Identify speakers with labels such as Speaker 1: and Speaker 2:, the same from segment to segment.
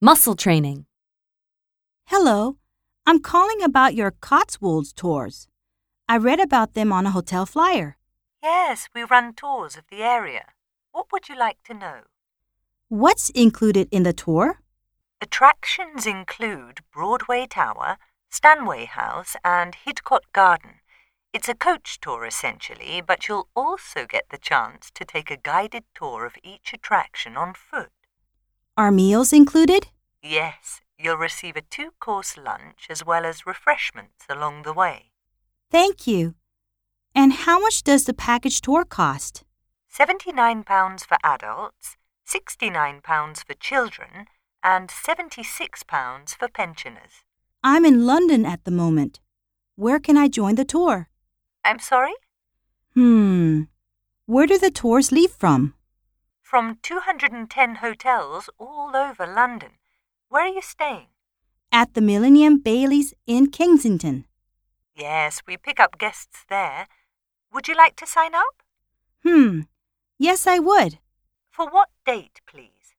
Speaker 1: Muscle training.
Speaker 2: Hello, I'm calling about your Cotswolds tours. I read about them on a hotel flyer.
Speaker 3: Yes, we run tours of the area. What would you like to know?
Speaker 2: What's included in the tour?
Speaker 3: Attractions include Broadway Tower, Stanway House, and Hidcot Garden. It's a coach tour essentially, but you'll also get the chance to take a guided tour of each attraction on foot.
Speaker 2: Are meals included?
Speaker 3: Yes, you'll receive a two course lunch as well as refreshments along the way.
Speaker 2: Thank you. And how much does the package tour cost?
Speaker 3: £79 for adults, £69 for children, and £76 for pensioners.
Speaker 2: I'm in London at the moment. Where can I join the tour?
Speaker 3: I'm sorry?
Speaker 2: Hmm. Where do the tours leave from?
Speaker 3: From 210 hotels all over London. Where are you staying?
Speaker 2: At the Millennium Baileys in Kensington.
Speaker 3: Yes, we pick up guests there. Would you like to sign up?
Speaker 2: Hmm. Yes, I would.
Speaker 3: For what date, please?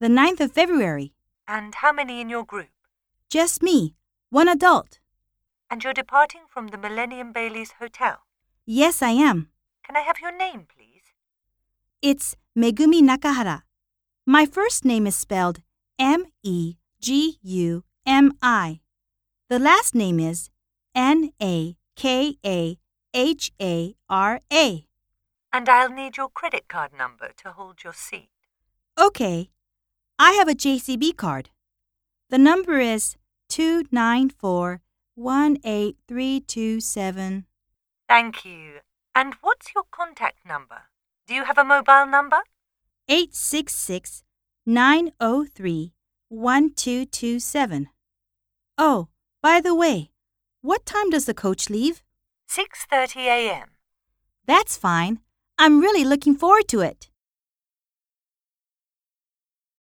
Speaker 2: The 9th of February.
Speaker 3: And how many in your group?
Speaker 2: Just me. One adult.
Speaker 3: And you're departing from the Millennium Baileys Hotel.
Speaker 2: Yes, I am.
Speaker 3: Can I have your name, please?
Speaker 2: It's Megumi Nakahara. My first name is spelled M E G U M I. The last name is N A K A H A R A.
Speaker 3: And I'll need your credit card number to hold your seat.
Speaker 2: Okay. I have a JCB card. The number is 294 18327.
Speaker 3: Thank you. And what's your contact number? Do you have a mobile number?
Speaker 2: 866 903 1227. Oh, by the way, what time does the coach leave?
Speaker 3: 6:30 a.m.
Speaker 2: That's fine. I'm really looking forward to it.